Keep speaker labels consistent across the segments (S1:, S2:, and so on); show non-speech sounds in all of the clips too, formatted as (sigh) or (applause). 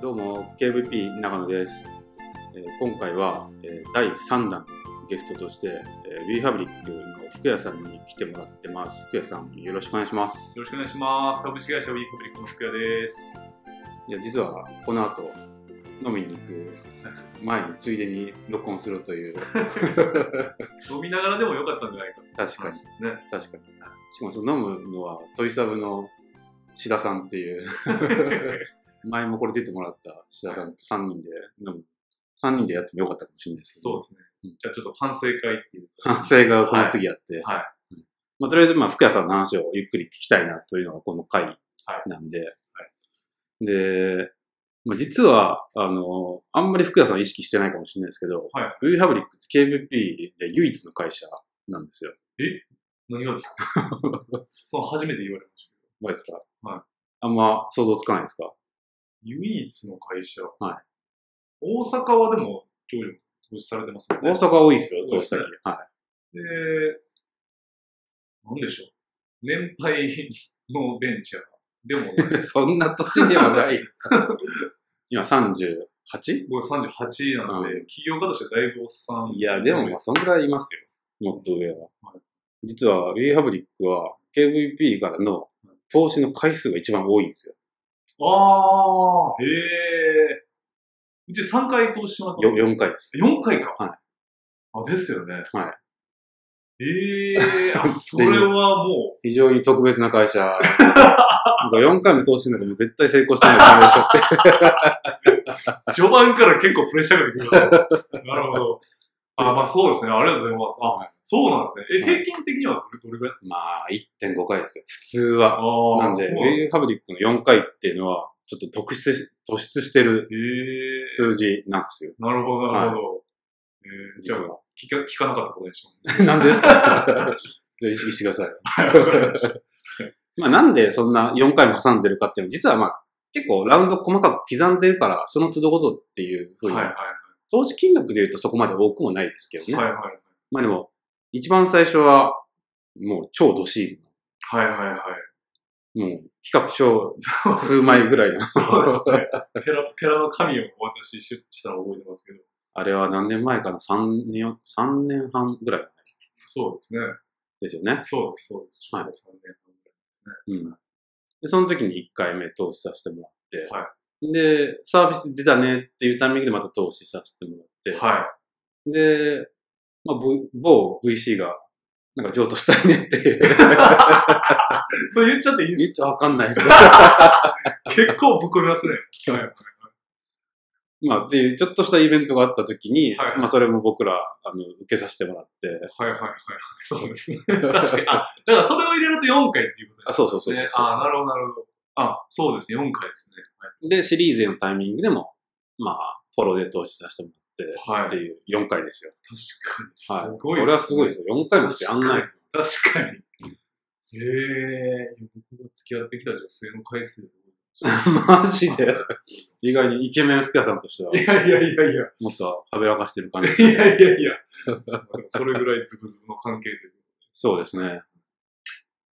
S1: どうも KVP 長野です、えー今回は、えー第3弾ゲストとして、えー、WeFabric の福谷さんに来てもらってます福谷さんよろしくお願いします
S2: よろしくお願いします。株式会社ウィーファブリックの福谷です。
S1: いや実はこの後飲みに行く前についでに録音するという
S2: (laughs) 飲みながらでもよかったんじゃないかって
S1: 確かに
S2: 話ですね。
S1: 確かにしかもその飲むのはトイサブの志田さんっていう前もこれ出てもらった志田さんと3人で飲む3人でやってもよかったかもしれないですけど
S2: そうですね。じゃあちょっと反省会っていう。
S1: 反省がこの次あって、
S2: はいはい
S1: うんまあ、とりあえず、まあ、福谷さんの話をゆっくり聞きたいなというのがこの回なんで、で、まあ、実は、あの、あんまり福谷さん意識してないかもしれないですけど、
S2: はい
S1: v ハブリックって KVP で唯一の会社なんですよ。
S2: 何がですかそう、初めて言われましたけ
S1: ど
S2: ど。
S1: うですか
S2: はい
S1: あんま想像つかないですか
S2: 唯一の会社。
S1: はい
S2: 大阪はでも、上場投資されてますもん
S1: 大
S2: ね。
S1: 阪多いですよ、
S2: そう
S1: 投
S2: で
S1: 資
S2: すね
S1: 先。はい。
S2: で、なんでしょう。年配のベンチャー。でも、
S1: (laughs) そんな年では
S2: (laughs)
S1: ない。今 38?
S2: 僕は38なので、
S1: う
S2: 起業家としてはだいぶおっさん。
S1: いや、でもまあ、そんぐらいいますよ。もっと上は
S2: は。
S1: 実は、ウィーハブリックは、KVP からの投資の回数が一番多いんです
S2: ああ、へえ。うち3回投資しまった
S1: よ。よ4回です。
S2: 4回か。
S1: はい
S2: あ、ですよね。。
S1: はい
S2: ええ
S1: (laughs)
S2: あ、それはも
S1: 非常に特別な会社。なんか4回も投資なんかもう絶対成功してない感じがしちゃって。
S2: う、序盤から結構プレッシャーがか
S1: (laughs)
S2: けてくるな。なるほど。あ、まあそうですね。ありがとうございます。あ、そうなんですね。
S1: は
S2: え、平均的にはどれどれぐらい
S1: (laughs) まあ、1.5回ですよ。普通は。
S2: ああ、
S1: なんで、ウ
S2: そうへ
S1: ィーハブリックの4回っていうのは、ちょっと特出、突出してる
S2: え。
S1: 数字なんですよ。
S2: なるほど、なるほど。ええじゃ
S1: 実
S2: あ
S1: は。
S2: 聞か、聞かなかったことにします
S1: (laughs)
S2: ね。
S1: なんでですか (laughs) じゃあ意識してください。
S2: はい、わかり
S1: (laughs)
S2: ました。
S1: まあなんでそんな4回も挟んでるかっていうのは、実はまあ結構ラウンド細かく刻んでるから、その都度ごとっていうふう
S2: はい
S1: に、
S2: はい
S1: 投資金額で言うとそこまで多くもないですけどね。
S2: はいはい。
S1: まあでも、一番最初は、もう超どシ
S2: はいはいはい。
S1: ール。もう、比較書数
S2: (laughs)
S1: 枚ぐらいの。
S2: そうですね。ペラ、ペラの紙をお渡しししたのを覚えてますけど。
S1: あれは何年前かな ?3 年、三年半ぐらい
S2: そうですね。
S1: ですよね。
S2: そうです、そうです。
S1: はい
S2: ちょうど三年半ぐらいですね。
S1: うん。で、その時に1回目投資させてもらって、
S2: は
S1: で、サービス出たねっていうタイミングでまた投資させてもらって、
S2: はい。
S1: で、まあ、v、某 VC が、なんか譲渡したいねって、
S2: そう言っちゃっていいんで
S1: 言っちゃわかんない
S2: (laughs)
S1: です。
S2: す結構ぶっ込みますね。はいはい。
S1: まあ、っていう、ちょっとしたイベントがあった時に、
S2: はい
S1: まあ、それも僕ら、あの、受けさせてもらって、
S2: はいはいはい。そうです
S1: (laughs)
S2: ね。確かに。あ、だからそれを入れると4回っていうこと
S1: あ、
S2: です
S1: そうそうそう
S2: ね。
S1: そう
S2: あ、なるほど、なるほど。あ、そうですね。4回ですね。
S1: で、シリーズ A のタイミングでも、まあ、フォローで投資させてもら
S2: はい。
S1: っ
S2: はい。
S1: て、っ
S2: 確
S1: ていう4回ですよ。
S2: かに。す
S1: はい。
S2: ごい
S1: これはすごいですすよ。4回もしてあんない
S2: (laughs)
S1: です。
S2: ね。確かに。ええー、僕が付き合ってきた女性の回数
S1: マジで。意外にイケメン福谷さんとしては、
S2: い
S1: (laughs)
S2: やいやいやいや。
S1: もっとはべらかしてる感じ。
S2: いやいやいや。それぐらいズブズブの関係で。
S1: そうですね。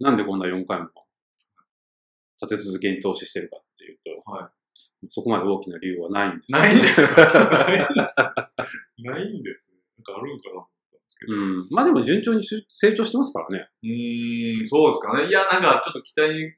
S1: なんでこんな4回も立て続けに投資してるかっていうと、
S2: は
S1: そこまで大きな理由はないんです。
S2: ないんですかないんですかないんですね。なんかあるんかなと思ったんですけど。
S1: (laughs) うん。まあでも順調にし成長してますからね。
S2: うーん、そうですかね。いや、なんかちょっと期待に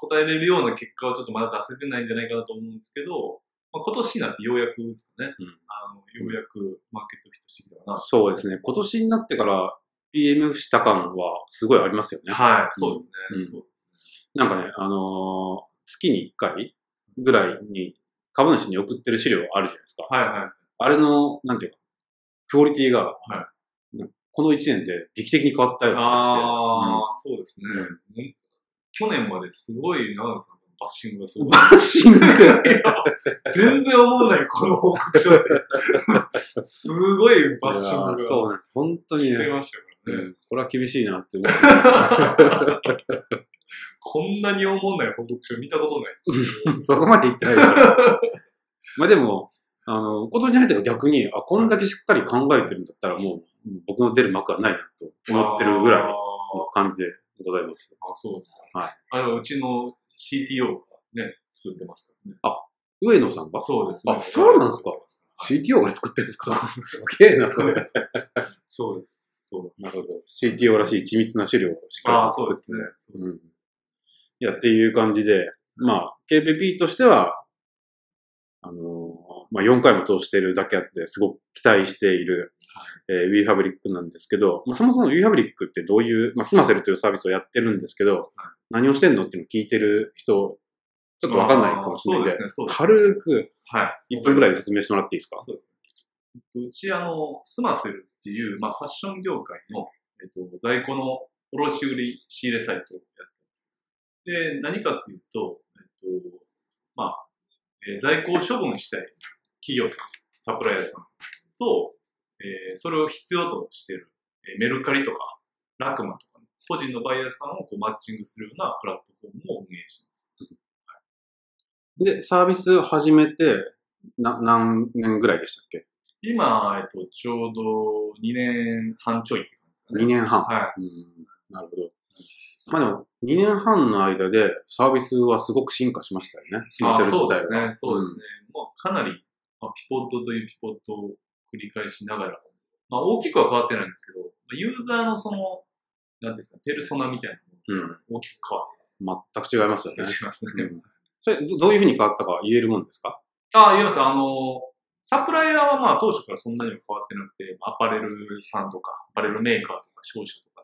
S2: 応えれるような結果はちょっとまだ出せてないんじゃないかなと思うんですけど、まあ、今年になってようやくですかね。
S1: うん
S2: あのようやくマーケットヒットしてきたかな。
S1: そうですね。今年になってから PM した感はすごいありますよね。
S2: はい、そうですね。
S1: うん
S2: そうですね。
S1: なんかね、あのー月に1回ぐらいに株主に送ってる資料あるじゃないですか。
S2: はいはい。
S1: あれの、なんていうか、クオリティが、
S2: は
S1: なんかこの1年で劇的に変わったような気がして。
S2: ああ、そうですね。ね去年まですごい長野さんのバッシングがすごい。
S1: バッシ (laughs) ング
S2: 全然思わない、この報告書って。すごいバッシング
S1: いや
S2: が
S1: ーそうなんです。本当に
S2: して
S1: ね、
S2: ましたからね。
S1: うんこれは厳しいなって思って。
S2: こんなに思わない報告書見たことない。
S1: そこまで言ってない (laughs) でしょ。まあでも、あの、今年に入っては逆に、あ、こんだけしっかり考えてるんだったらもう、僕の出る幕はないなと思ってるぐらい
S2: あー
S1: の感じでございます。
S2: あ、そうですか。
S1: はい。
S2: あれはうちの CTO がね、作ってますからね。
S1: あ、上野さんが
S2: そうです
S1: あそうなんですか ?CTO が作ってるんですかすげえな、そ
S2: そう
S1: れ
S2: で。す。そうです。そう
S1: なるほど。CTO らしい緻密な資料をしっ
S2: ああ、
S1: かり
S2: そう
S1: と
S2: です
S1: 作
S2: ね
S1: って。。うん。いや、っていう感じで、まあ、KPP としては、あのーまあ、4回も通してるだけあって、すごく期待している、えー、WeFabric なんですけど、まあ、そもそも WeFabric ってどういう、まあ、スマセルというサービスをやってるんですけど、何をしてんのっていうのを聞いてる人、ちょっとわかんないかもしれないん
S2: ああそ
S1: で
S2: うで、すね、そうですね。
S1: 軽く
S2: はい。
S1: 1分くらい
S2: で
S1: で説明してもらっていいですか
S2: そうですね。うち、あの、スマセルっていう、まあ、ファッション業界の、えっと、在庫の卸売仕入れサイトをやってます。で、何かっていうと、えっと、まあ、えー在庫を処分したい企業さん、サプライヤーさんと、えーそれを必要としている、えーメルカリとか、ラクマとか、個人のバイヤーさんをこうマッチングするようなプラットフォームを運営してます。
S1: で、サービスを始めて、な、何年ぐらいでしたっけ
S2: 今、えっと、ちょうど2年半ちょいって感じですかね。
S1: ?2 年半。
S2: はい。
S1: うんなるほど。まあでも、2年半の間でサービスはすごく進化しましたよね。スマ
S2: あ
S1: セル
S2: そ
S1: 自
S2: う
S1: 体
S2: で
S1: は。
S2: すね。そうですね。まあ、かなり、まあ、ピポットというピポットを繰り返しながら、まあ、大きくは変わってないんですけど、まあユーザーのその、なんていうんですか、ペルソナみたいな
S1: う
S2: のが大きく変わ
S1: ん。全く違いますよね
S2: って。きますね。
S1: うんそれど、どういうふうに変わったか言えるもんですか
S2: あ、言います。あの、サプライヤーはまあ当初からそんなにも変わってなくて、まあアパレルさんとか、アパレルメーカーとか、商社とか、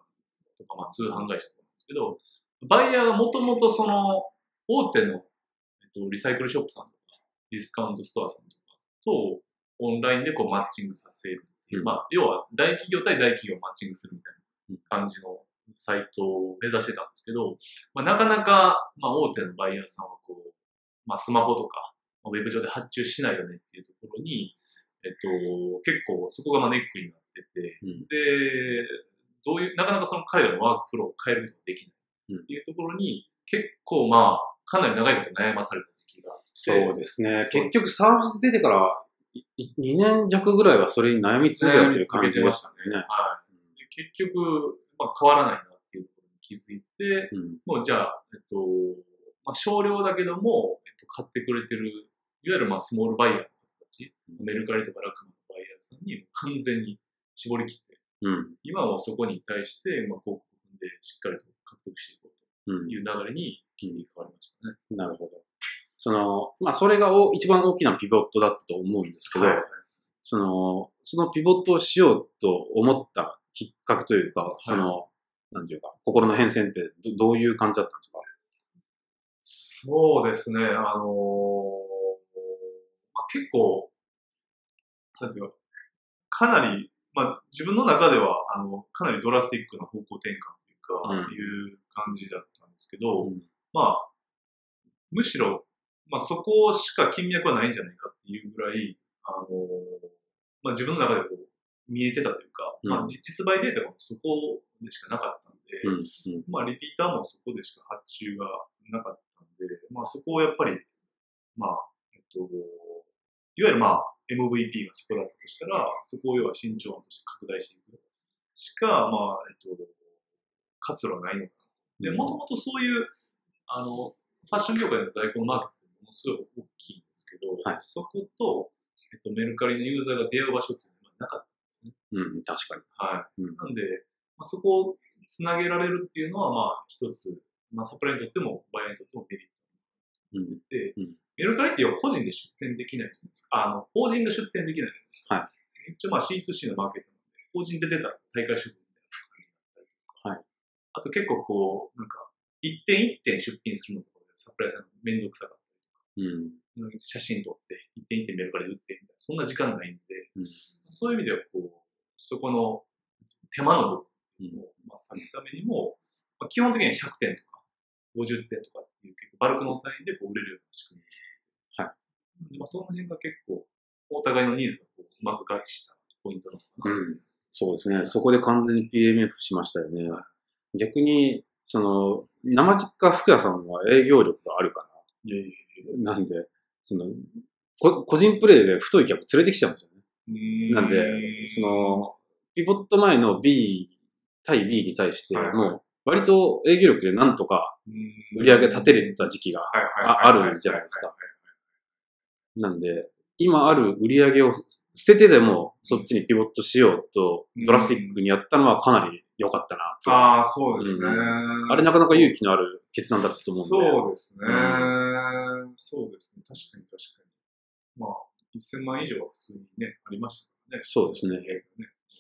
S2: とかまあ通販会社とかなんですけど、バイヤーがもともとその、大手の、えっと、リサイクルショップさんとか、ディスカウントストアさんとかと、オンラインでこうマッチングさせるってい
S1: う
S2: う、
S1: ん
S2: まあ、要は大企業対大企業をマッチングするみたいな感じのサイトを目指してたんですけど、まあ、なかなか、まあ、大手のバイヤーさんはこう、まあ、スマホとか、まあウェブ上で発注しないよねっていうところに、えっと、結構そこがまあネックになってて、
S1: うん
S2: で、どういう、なかなかその彼らのワークフローを変えることができないっていうところに、結構まあ、かなり長いこと悩まされた時期があって、
S1: そうですね。
S2: そう
S1: 結局サービス出てから2年弱ぐらいはそれに悩み続けたっていう感じでしたね。
S2: はい。で結局、まあ、変わらないなっていうところに気づいて、
S1: うん。
S2: もうじゃあ、えっと、まあ、少量だけども、えっと、買ってくれてる、いわゆるまあスモールバイヤーの人たち、
S1: うん
S2: メルカリとかラクマのバイヤーさんに完全に絞り切って、
S1: うん。
S2: 今はそこに対して、まあ、広告でしっかりと獲得していこう
S1: うん
S2: という流れに切り替わりましたね。
S1: なるほど。その、まあそれがお一番大きなピボットだったと思うんですけど、
S2: はい
S1: その、そのピボットをしようと思ったきっかけというか、その、なんていうか、心の変遷ってどどういう感じだったんですか
S2: そうですね、あのーまあ、結構、なんていうか、かなり、まあ、自分の中では、あの、かなりドラスティックな方向転換というか、
S1: うん
S2: いう感じだったんですけど、
S1: うん
S2: まあ、むしろ、まあ、そこしか金脈はないんじゃないかっていうぐらい、あのーまあ、自分の中でこう、見えてたというか、
S1: うん
S2: まあ、実実売データがそこでしかなかったんで、
S1: うん。うん。
S2: まあ、リピーターもそこでしか発注がなかったんで、まあ、そこをやっぱり、まあ、えっと、いわゆるまあ、MVP がそこだったとしたら、そこを要は慎重案として拡大していくしか、まあ、えっと、活路はないのかな。で、もともとそういう、あの、ファッション業界の在庫のマーケットってものすごい大きいんですけど、
S1: はい
S2: そこと、えっと、メルカリのユーザーが出会う場所っていうのはなかったんですね。
S1: うん、確か
S2: はい。
S1: に。うん。
S2: なんで、まあ、そこをつなげられるっていうのは、まあ、一つ、まあ、サプライにとっても、バイヤーにとってもメリッ
S1: うん。
S2: トで、
S1: うん
S2: メルカリって要は個人で出店できないじゃないですか。あの、法人が出店できないじゃないです
S1: はい
S2: か。。一応、まあ、C2C のマーケットなんで、法人で出たら大会出品みたい
S1: は
S2: な感じだったりとか、
S1: い。
S2: あと結構こう、なんか、一点一点出品するのとかで、サプライさんがめんどくさかった
S1: うん。
S2: りうん写真撮って、一点一点メルカリで売ってみたいな、そんな時間ないんで、
S1: うん
S2: そういう意味では、こう、そこの手間の部分を、まあ、下げるためにも、まあ、基本的には100点とか、50点とかっていう、結構、バルクの単位でこう売れるような仕組み。。
S1: はい
S2: まあ、その辺が結構、お互いのニーズがこううまく合致したポイントなのかな。
S1: うん。そうですね。そこで完全に PMF しましたよね。逆に、その、生実家福屋さんは営業力があるか
S2: いやいやい
S1: ら。なんで、その、こ個人プレイで太い客連れてきちゃうんですよね。
S2: や
S1: なんで、そ、の、ピボット前の B 対 B に対して、
S2: はい
S1: もう、割と営業力でなんとか
S2: うーん
S1: 売り上げ立てれた時期が
S2: はいはいはい
S1: ああるじゃないですか。なんで、今ある売り上げを捨ててでもそっちにピボットしようと、ドラスティックにやったのはかなり良かったなと。
S2: ああ、そうですね。
S1: うあれなかなか勇気のある決断だったと思うんで。
S2: そうですね、
S1: う
S2: そうですね。確かに確かに。まあ、1000万円以上は普通にね、ありましたからね。
S1: そうですね。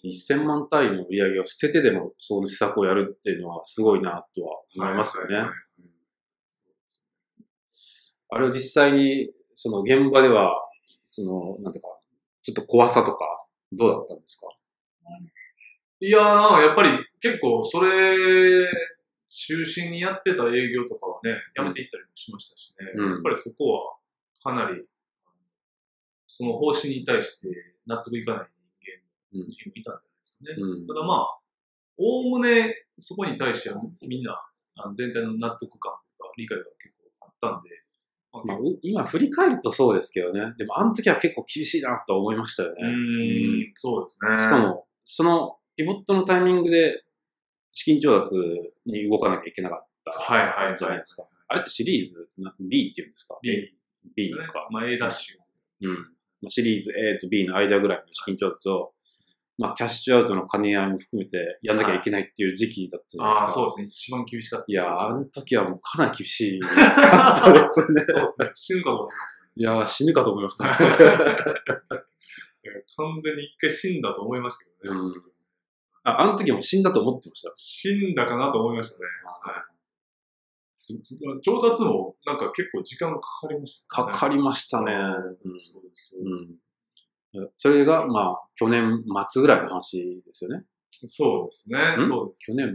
S1: 1000万単位の売り上げを捨ててでも、その施策をやるっていうのはすごいなとは思いますよね。
S2: はいはいはい
S1: うん
S2: そうです
S1: あれを実際に、その現場では、その、なんていうか、ちょっと怖さとか、どうだったんですか
S2: いやー、なんかやっぱり結構それ、中心にやってた営業とかはね、やめていったりもしましたしね。
S1: うん
S2: やっぱりそこはかなり、その方針に対して納得いかない人間
S1: うん
S2: もいたんじゃないですかね。
S1: うん
S2: ただまあ、おおむねそこに対してはみんなあの全体の納得感とか理解が結構あったんで、まあ
S1: まあ
S2: 結構、
S1: う今振り返るとそうですけどね。でもあの時は結構厳しいなとは思いましたよ
S2: うー
S1: ね。
S2: ん、そうですね。
S1: しかも、そのピボットのタイミングで資金調達に動かなきゃいけなかった
S2: はいはいはい。
S1: じゃないですか。あれってシリーズな B っていうんですか
S2: B
S1: B
S2: ですね
S1: か。
S2: まあ A ダッシュ。
S1: うん。まあシリーズ A と B の間ぐらいの資金調達を、まあキャッシュアウトの兼ね合いも含めてやんなきゃいけないっていう時期だったじゃないです
S2: あ
S1: か。
S2: あ、そうですね。一番厳しかった。。
S1: いやー、あの時はもうかなり厳しい (laughs) かったですね
S2: そうですね。死ぬかと思いましたね
S1: いやー、死ぬかと思いました。
S2: (laughs) だから完全に一回死んだと思いましたけどね。
S1: うん。あ、あの時も死んだと思ってました。
S2: 死んだかなと思いましたね。はい。調達もなんか結構時間かかりました
S1: か
S2: ね、
S1: かりましたね。
S2: そうです、そ
S1: う
S2: うです。
S1: ん。うん。それが、まあ、去年末ぐらいの話ですよね。
S2: そうですね。
S1: ん
S2: そうです。
S1: 去年末。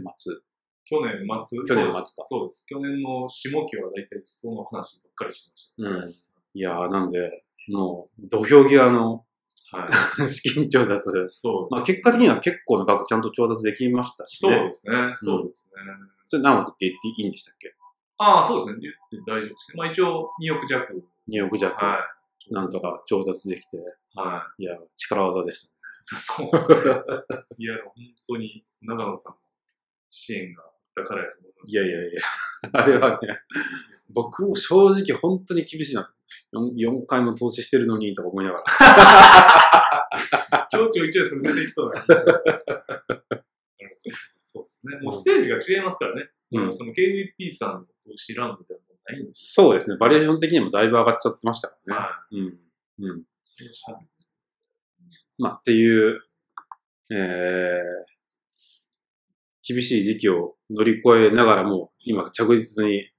S2: 去年末。
S1: 去年末か
S2: そうです。そうです去年の下期は大体その話ばっかりしてまし
S1: うん。いやー、なんで、もう、土俵際の (laughs)
S2: た。はい。
S1: 資金調達。
S2: そう
S1: ま
S2: で
S1: あ、
S2: す。
S1: 結果的には結構な額ちゃんと調達できましたし
S2: そう
S1: ね。
S2: ですね。そうですね。
S1: それ何億って言っていいんでしたっけ
S2: ああ、そうですね。言って大丈夫ですね。まあ一応2億弱。
S1: ?2 億弱、
S2: はい。
S1: なんと。か調達できて。
S2: はい。
S1: いやー、力技でした。
S2: そうです
S1: (laughs)
S2: ね。いや、でも本当に長野さんの支援があったからやと思います。
S1: いやいやいや、 (laughs) あれはね、僕も正直本当に厳しいなと。4, 4回も投資してるのにとか思いながら。 (laughs)
S2: 今日ちょいちょいそれ出てきそうな感じしますねそうですね。もうステージが違いますからね。
S1: うん
S2: その KVP さんの投資ラウンドではもうないんです
S1: そうですね、バリエーション的にもだいぶ上がっちゃってましたからね。
S2: は
S1: うん。うん。
S2: い。
S1: まあ、っていう、えー、厳しい時期を乗り越えながらも、今着実に、え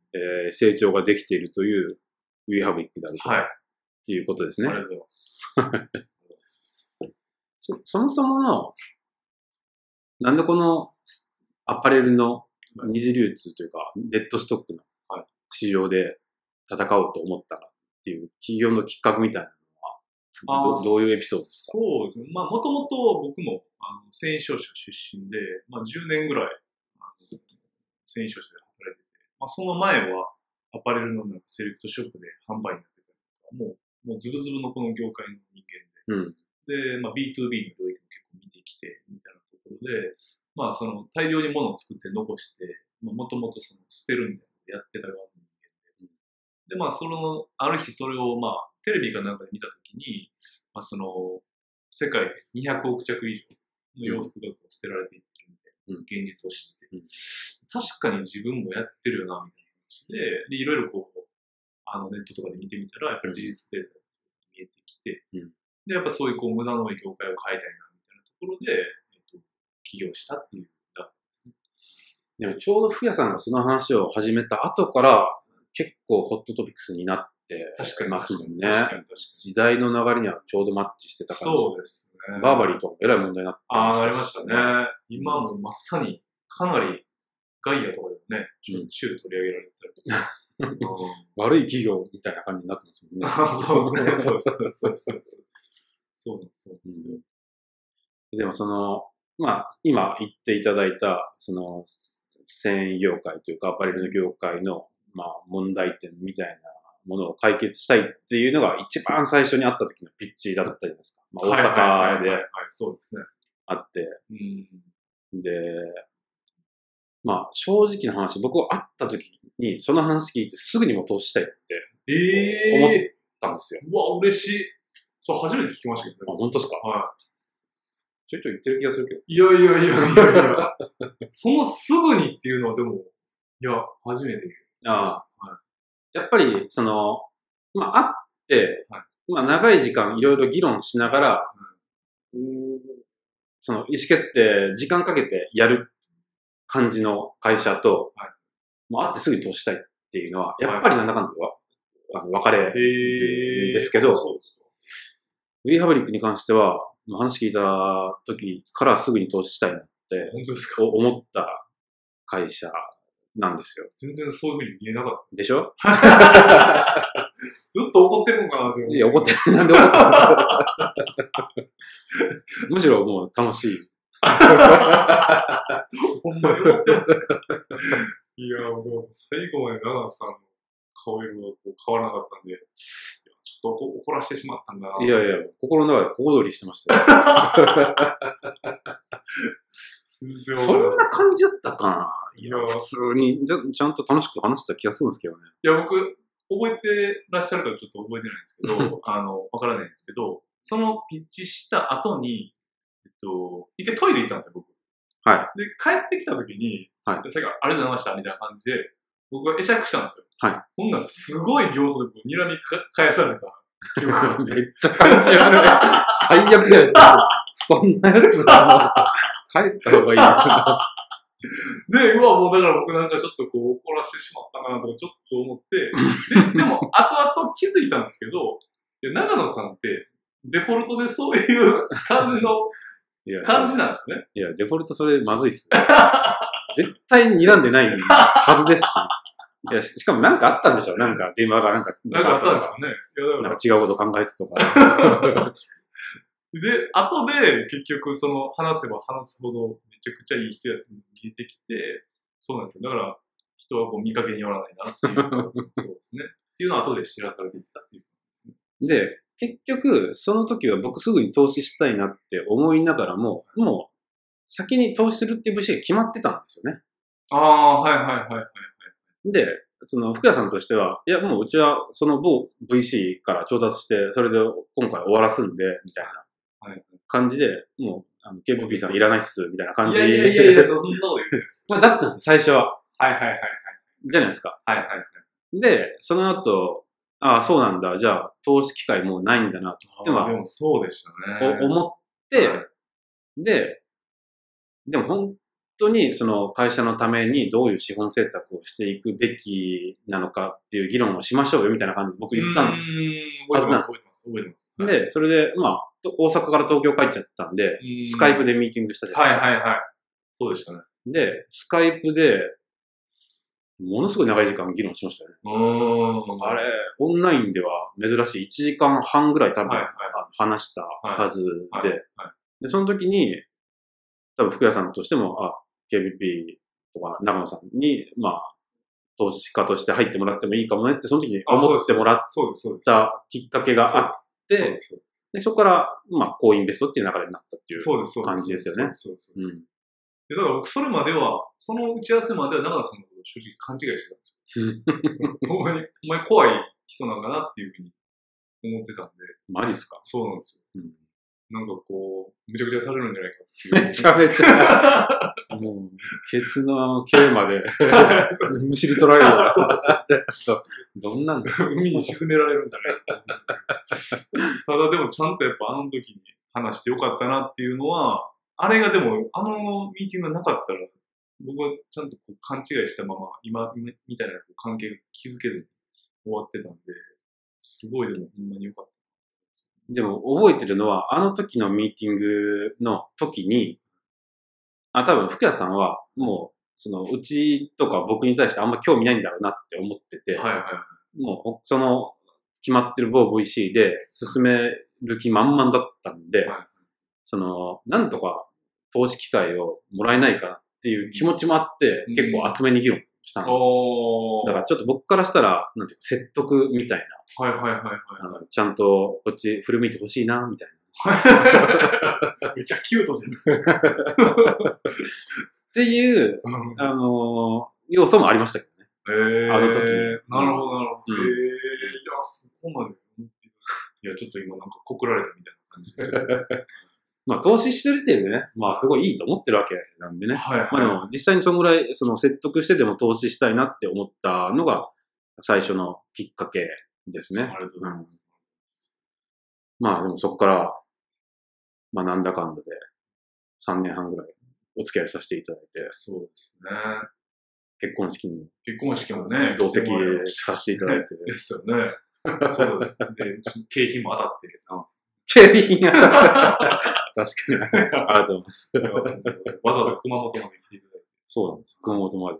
S1: ー成長ができているという WeHabic である
S2: はい。
S1: ということです
S2: あり
S1: ね
S2: が。とうございます。
S1: そそもそもの、なんでこのアパレルの二次流通というか、デッドストックの
S2: は
S1: 市場で戦おうと思ったかっていう企業のきっかけみたいなのは、
S2: あ
S1: どどういうエピソードですか
S2: そうですね。まあ、もともと僕も、あの、繊維商社出身で、まあ、10年ぐらい、あの繊維商社で働いてて、まあ、その前は、アパレルのなんかセレクトショップで販売になってたりとか、もう、もうズブズブのこの業界の人
S1: うん。
S2: 間で、で、まあ、B2B の領域も結構見てきて、みたいなところで、まあ、その、大量に物を作って残して、まあ、もともとその、捨てるみたいなのをやってた側の人間で、で、まあ、その、ある日それを、まあ、テレビかなんかで見たときに、まあ、その、世界で200億着以上の洋服がこう捨てられていってるみたいな、現実を知って、
S1: うん
S2: 確かに自分もやってるよな、みたいな話で、で、いろいろこう、あの、ネットとかで見てみたら、やっぱり事実データが見えてきて、
S1: うん
S2: で、やっぱそういうこう、無駄の多い業界を変えたいな、みたいなところで、えっと、起業したっていう。
S1: でもちょうどふやさんがその話を始めた後から、結構ホットトピックスになって
S2: 確かに。
S1: ますもんね。
S2: 確かに確かに。
S1: 時代の流れにはちょうどマッチしてた感じ。
S2: そうですね。
S1: バーバリーとかえらい問題になって
S2: ああ、なりましたね。。今もまさに、かなり、ガイアとかでもね、ちょいちょい取り上げられてたりとか。
S1: 悪い企業みたいな感じになってますもんね。
S2: あそうですね。そうそうそうそうそう。そうなんですよ。 (laughs)
S1: でもその、まあ、今言っていただいた、その、繊維業界というかアパレルの業界の、まあ、問題点みたいなものを解決したいっていうのが一番最初にあった時のピッチだったじゃないですか。ま
S2: はい
S1: あ、大
S2: は
S1: 阪
S2: いはいはい
S1: で
S2: はい、そうですね。
S1: あって。
S2: うん。
S1: で、まあ、正直な話、僕は会った時に、その話聞いてすぐにもう投資したいって
S2: え
S1: 思っ
S2: え
S1: たんですよ。
S2: うわ、嬉しい。そう、初めて聞きましたけ
S1: あ、
S2: どね。
S1: 本当ですか
S2: は
S1: ちょいちょい言ってる気がするけど。
S2: い。いやいやいやいやいや。そのすぐにっていうのはでも、いや、初めて。
S1: ああ、
S2: は
S1: やっぱり、その、まあ、会って、
S2: は
S1: まあ、長い時間いろいろ議論しながら、うーんその、意思決定、時間かけてやる感じの会社と、
S2: はい
S1: もう会ってすぐに通したいっていうのは、やっぱりなんだかんだわ、あの別れ
S2: へ
S1: ですけど
S2: そうですか。
S1: ウィーハブリックに関しては、まあ話聞いた時からすぐに投資したいなって
S2: 本当ですか
S1: お思った会社なんですよ。
S2: 全然そういうふうに見えなかっ
S1: でしょ
S2: た。ずっと怒ってるのかなって思う
S1: いや、怒って (laughs) ない。なんで怒ってないむしろもう楽しい。
S2: ほんまに怒ってますかいや、もう最後まで長野さんの顔色がこう変わらなかったんで、いやちょっと怒怒らせてしまったんだな。
S1: いやいや、心の中で小躍りしてましたよ。
S2: (laughs) 全然
S1: そ
S2: 怒ら
S1: ん
S2: ない
S1: な感じだったかない
S2: や、
S1: 普通にちゃちゃんと楽しく話した気がするんです
S2: (laughs)
S1: けどね。
S2: いや、僕、覚えてらっしゃるからちょっと覚えてないんです
S1: (laughs)
S2: けど、あの、わからないんですけど、そのピッチした後に、えっと、一回トイレ行ったんですよ、僕。。
S1: はい
S2: で、帰ってきた時に、。
S1: はい
S2: さっきありがとうございました、みたいな感じで、僕が会釈したんですよ。
S1: はい。
S2: ほんなら、すごい行走でこう睨みか返された記憶があって。
S1: めっちゃ感じ悪い。最悪じゃないですか。そんなやつはもう、帰った方がいいな。
S2: で、うわ、もうだから僕なんかちょっとこう怒らせてしまったなとかちょっと思って、でで (laughs) も後々気づいたんですけど、いや長野さんってデフォルトでそういう感じの
S1: いや
S2: 感じなんですね。
S1: いや、デフォルトそれまずいっすね。 (laughs) 絶対に睨んでないはずですし。いや、ししかもなんかあったんでしょなんか電話がなんか、
S2: なんかあったん
S1: と
S2: です
S1: か
S2: よね。いや、だ
S1: なんか
S2: か
S1: 違うこと考えてたとか。
S2: ら。 (laughs) で、後で結局その話せば話すほどめちゃくちゃいい人やつに見えてきて、そうなんですよ。だから人はこう見かけによらないなって (laughs) いう。そうですね。っていうのを後で知らされていったっていう。
S1: で、結局、その時は僕すぐに投資したいなって思いながらも、もう、先に投資するっていう VC が決まってたんですよね。
S2: ああ、はいはいはいはい。
S1: で、その、福屋さんとしては、いや、もううちはその某 VC から調達して、それで今回終わらすんで、みたい
S2: は
S1: ない感じで、もう、あの KPP さんいらないっす、みたいな感じ。
S2: いやいやいやいや、そ
S1: (laughs)
S2: んなこと言ってないです。
S1: まあ、だったんですよ、最初は。
S2: はいはいはい。
S1: じゃないですか。
S2: はいはいはい。
S1: で、その後、ああ、そうなんだ。じゃあ、投資機会もうないんだな、でも
S2: あーでもそうでした
S1: と
S2: ね。
S1: 思って、で、でも本当にその会社のためにどういう資本政策をしていくべきなのかっていう議論をしましょうよみたいな感じで僕言った
S2: うー
S1: ん
S2: ん
S1: はずなんです
S2: 覚えてます、覚えてます。覚えてます。
S1: で、それで、まあ、と大阪から東京帰っちゃったんで、
S2: で
S1: スカイプ
S2: で。
S1: でミーティングしたじゃないです
S2: はい
S1: か。
S2: はいはい。そうでしたね。
S1: で、スカイプで、ものすごい長い時間議論しましたよね。
S2: うーん。
S1: あれ、オンラインでは珍しい1時間半ぐらい多分
S2: はいはい。
S1: あ話したはず
S2: はい
S1: で、
S2: はい
S1: で、その時に、多分福屋さんとしても、あ、KBP とか長野さんに、まあ、投資家として入ってもらってもいいかもねって、その時に
S2: あ
S1: 思ってもらっ
S2: そうです、そうです。
S1: たきっかけがあっ
S2: そう
S1: て
S2: で、す、そうです
S1: でそこから、まあ、コインベストっていう流れになったっていう。
S2: そうです、そうです。
S1: 感じですよね
S2: そうです。そうです
S1: うん。
S2: でだから僕、それまでは、その打ち合わせまでは長田さんのことを正直勘違いしてたんですよ。ほんまに、お前怖い人なんかなっていうふうに思ってたんで、
S1: マジっすか、
S2: そうなんですよ。
S1: うん
S2: なんかこう、めちゃくちゃされるんじゃないかってい
S1: (laughs)
S2: う。
S1: めちゃめちゃ、もう、ケツの毛まで、むしり取られるようなどんなんだ (laughs)
S2: 海に沈められるんじゃないかと思うんですけどただでもちゃんとやっぱあの時に話してよかったなっていうのは、あれがでもあのミーティングがなかったら、僕はちゃんとこう勘違いしたまま今みたいなこう関係が築けずに終わってたんで、すごいでもほんまによかっ
S1: でも覚えてるのは、あの時のミーティングの時に、あ、多分、福谷さんは、もう、その、うちとか僕に対してあんま興味ないんだろうなって思ってて、
S2: た。はいはい。
S1: もう、その、決まってる某 VC で進める気満々だったんで、
S2: はい
S1: その、なんとか投資機会をもらえないかなっていう気持ちもあって、
S2: うん
S1: 結構厚めに議論したの。
S2: おー。
S1: だ
S2: は
S1: からち
S2: い
S1: ょっと僕からしたら、なんていうか、説得みたい
S2: はいはいはい
S1: な、あのちゃんとこっち振り向いてほしいな、みたいな。
S2: はい。 (laughs) めっちゃキュートじゃないですか。
S1: (laughs) っていう、
S2: うん
S1: あのー要素もありましたけどね。
S2: ええー、
S1: あの時
S2: なるほど、なるほど。
S1: うん
S2: ええー、いや、そこまで思っていや、ちょっと今なんか告られたみたいな感じで。
S1: まあ、投資してる時点でね、まあ、すごいいいと思ってるわけなんでね。
S2: はいはい
S1: まあでも、実際にそのぐらい、その説得してでも投資したいなって思ったのが、最初のきっかけです
S2: あり
S1: ね。
S2: がとうございます。
S1: まあ、でもそこから、まあ、なんだかんだで、3年半ぐらいお付き合いさせていただいて、
S2: そうですね。
S1: 結婚式に
S2: 結婚式もね、
S1: 同席
S2: 来てもらいま
S1: させていただいて、
S2: ですよね。そうです。で、景品も当たって、なんつ
S1: 経費が、 (laughs) 確かに、ありがとうございます。
S2: ってわざわざ熊本まで来ていただいて。
S1: そうなんです。熊本まで。
S2: あ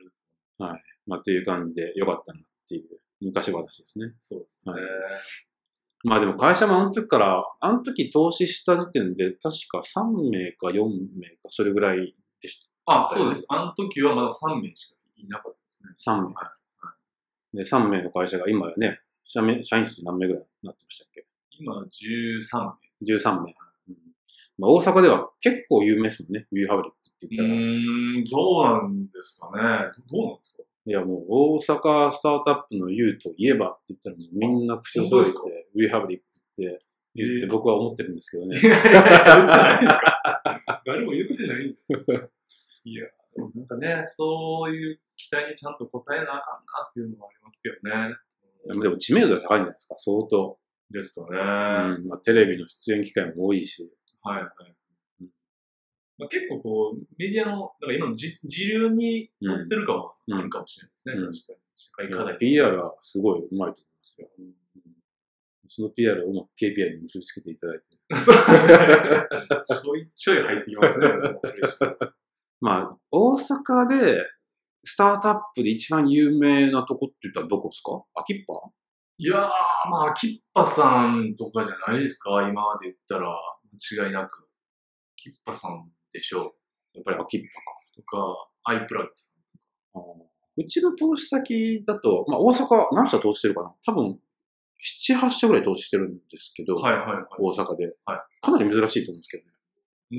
S2: りがとうございます
S1: まあ、っていう感じで良かったなっていう昔話ですね。
S2: そうですね。
S1: はまあでも会社もあの時から、あの時投資した時点で確か3名か4名かそれぐらいでし
S2: あ、そうです。あの時はまだ3名しかいなかったですね。
S1: た。3名。で、3名の会社が今やね、社名社員数何名ぐらいになってましたっけ
S2: 今13
S1: ?13名。うんまあ、大阪では結構有名ですもんね、ビューハブリックって
S2: 名。
S1: 言ったら。
S2: うーん、そうなんですかね。どどうなん (laughs) ですか
S1: いやもう大阪スタートアップの U といえばって言ったらもうみんな口を
S2: あ
S1: 揃え
S2: 本当
S1: て、ビューハブリックって言って僕は思ってるんですけ (laughs) どね。
S2: いやいやいや言ってないですか誰も言ってないんですいや、でもなんかね、そういう期待にちゃんと応えなあかんなっていうのはありますけどね。
S1: でも知名度が高いんじゃないですか、相当。
S2: ですかね。
S1: うんまあ、テレビの出演機会も多いし。
S2: はいはい。まあ、結構こう、メディアの、だから今のじ時流に乗ってるかも、
S1: うん
S2: あるかもしれないですね。
S1: うん
S2: 確かに。社会課題。
S1: PR はすごいうまいと思いますよ。うんその PR をうまく KPI に結びつけていただいて。
S2: (laughs) ちょいちょい入ってきますね。その彼氏
S1: まあ、大阪で、スタートアップで一番有名なとこって言ったらどこですか秋っぱ
S2: いやー、まあ、キッパさんとかじゃないですか今まで言ったら、間違いなく。キッパさんでしょ
S1: やっぱり秋っ
S2: う。とか、アイプラグさん。
S1: ぱか。うちの投資先だと、まあ大阪何社投資してるかな多分、7、8社ぐらい投資してるんですけど、
S2: はいはいはい。
S1: 大阪で、
S2: はい
S1: かなり珍しいと思うんですけどね。
S2: う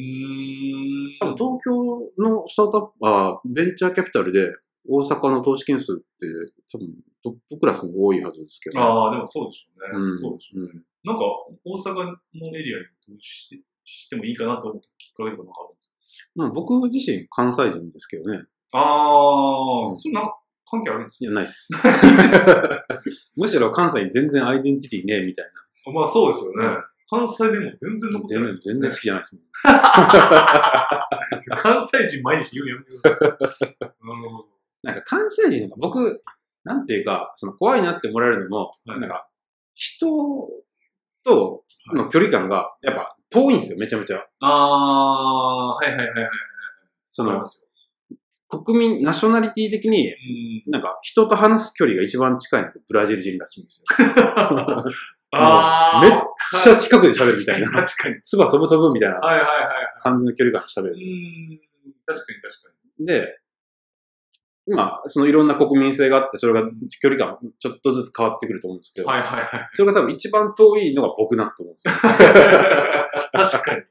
S2: ーん。
S1: 多分東京のスタートアップ、あベンチャーキャピタルで大阪の投資件数って多分トップクラスに多いはずですけど。
S2: ああ、でもそうでしょうね。
S1: うん、
S2: そうでしょうね
S1: うん
S2: なんか、大阪のエリアに投資してしてもいいかなと思ったきっかけとかなんかあるんです
S1: まあ、僕自身関西人ですけどね。
S2: かああ、
S1: うん
S2: それなんか関係あるんです
S1: いや、ないっ
S2: (laughs)
S1: す。 (laughs) むしろ関西に全然アイデンティティねえみたい
S2: かまあそうですよね。関西でも全然
S1: な。
S2: 残って
S1: 全
S2: な
S1: 然、
S2: いです
S1: 全然好きじゃないですもん。
S2: 関西人毎日言うのやめてくださ
S1: (laughs)
S2: い。なるほど。
S1: なんか関西人が僕、なんていうか、その怖いなってもらえるのも、
S2: はい
S1: なんか人との距離感がやっぱ遠いんですよ、めちゃめちゃ。
S2: ああー、はいはいはいはい。
S1: そ
S2: わかり
S1: の
S2: ますよ。
S1: 国民、ナショナリティ的に
S2: うん。
S1: なんか人と話す距離が一番近いのってブラジル人らしいんですよ。
S2: ああ、
S1: めっちゃ近くで喋るみたいな。
S2: 確かに。
S1: 唾飛ぶ飛ぶみたいな
S2: はいはいはいは
S1: 感じの距離感で喋る。
S2: い。うーん、確かに確かに。
S1: で、今、そのいろんな国民性があって、それが距離感ちょっとずつ変わってくると思うんですけど、
S2: はいはいはい。
S1: それが多分一番遠いのが僕だと思うん (laughs) ですよ。
S2: 確かに。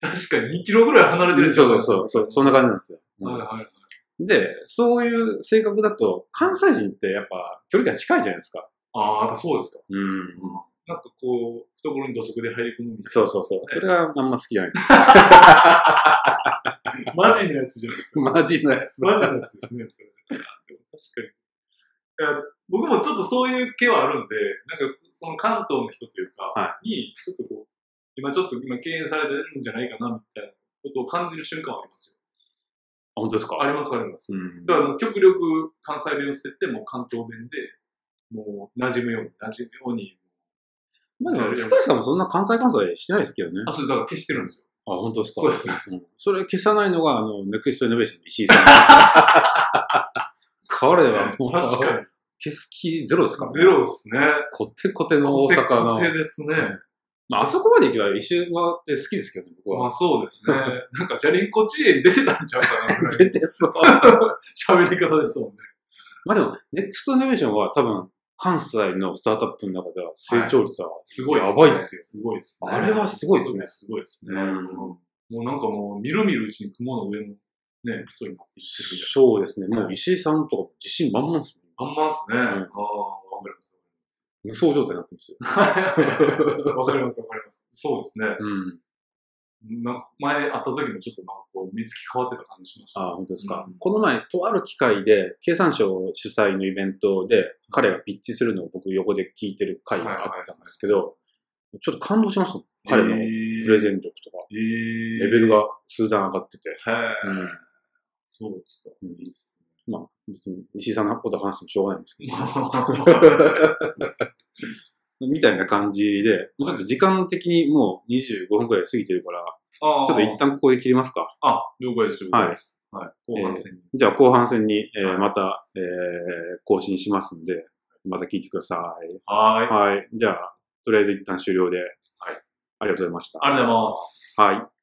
S2: 確かに2キロぐらい離れてるんちゃ
S1: そう (laughs) そうそうそう、そんな感じなんですよ。うん
S2: はいはい。
S1: で、そういう性格だと、関西人ってやっぱ距離感近いじゃないですか。
S2: ああ、やっぱそうですか。
S1: うん
S2: なんかこう、懐に土足で入り込むみた
S1: そうそうそう。それはあんま好きじゃないです。
S2: いな。マジのやつじゃないです (laughs) か。
S1: (laughs) マジのやつ。
S2: マジのやつですね、それ。でも確かに。いや僕もちょっとそういう系はあるんで、なんかその関東の人というか、
S1: は
S2: に、ちょっとこう、今ちょっと今敬遠されてるんじゃないかな、みたいなことを感じる瞬間はあります
S1: あ本当ですか
S2: よ。ありますあります。
S1: うん
S2: だからもう極力関西弁を捨てて、もう関東弁で、もう馴染むように、馴染むように。
S1: まあでも、深谷さんもそんな関西関西してないですけどね。
S2: あ、それだから消してるんですよ。
S1: あ、本当ですか
S2: そうですそうです
S1: んそれ消さないのが、あの、ネクストイノベーションの石井
S2: (laughs)
S1: さん。彼はもう、
S2: (laughs) 確かに。
S1: 消す気ゼロですからね
S2: ゼ。ロですね。
S1: こってこての大阪の。
S2: 固定ですね。
S1: まあ、あそこまで行けば石井はって好きですけどね、僕
S2: ま
S1: は。
S2: あそ
S1: (laughs)
S2: うですね。なんか、ジャリンコ知恵に出てたんちゃうかなぐらい
S1: 出てそう。
S2: の喋り方ですもんね。
S1: (laughs) まあでも、ネクストイノベーションは多分、関西のスタートアップの中では成長率は、
S2: すごいっ
S1: やばいっすよ。
S2: すごいっすね。
S1: あれはすごいっすね
S2: すごいっすね。
S1: うん
S2: もうなんかもう、みるみるうちに雲の上のね、人になっていってるみたい
S1: そうですね。もう石井さんとか自信満々ですもん。
S2: な。あんまっすね。
S1: ん
S2: ああ、わかります。
S1: 無双状態になってますよ。
S2: わかります、わかります。そうですね。
S1: うん。
S2: なんか前会った時もちょっとなんかこう、見つき変わってた感じしました。
S1: ああ、本当ですか。
S2: うん
S1: この前、とある機会で、経産省主催のイベントで、彼がピッチするのを僕横で聞いてる回があったんですけど、ちょっと感動しました。彼のプレゼ
S2: ン、
S1: ン力とか、
S2: えー、
S1: レベル。が数段上がってて。
S2: へえ、
S1: うん
S2: そうですか。いいっす
S1: まあ、別に石井さんのこと話してもしょうがないんですけ
S2: (laughs) ね。
S1: ど、みたいな感じで、もうちょっと時間的にもう25分くらい過ぎてるから、
S2: あ
S1: ちょっと一
S2: 旦。
S1: 旦ここで切りますか。
S2: あ、了解です、了解です。はい。後半戦に。
S1: じゃあ後半戦に、えー
S2: はい
S1: また、えー更新しますんで、また聞いてください。
S2: はー
S1: は
S2: い。。
S1: い。じゃあ、とりあえず一旦終了で。はいありがとうございました。
S2: ありがとうございます。
S1: はい。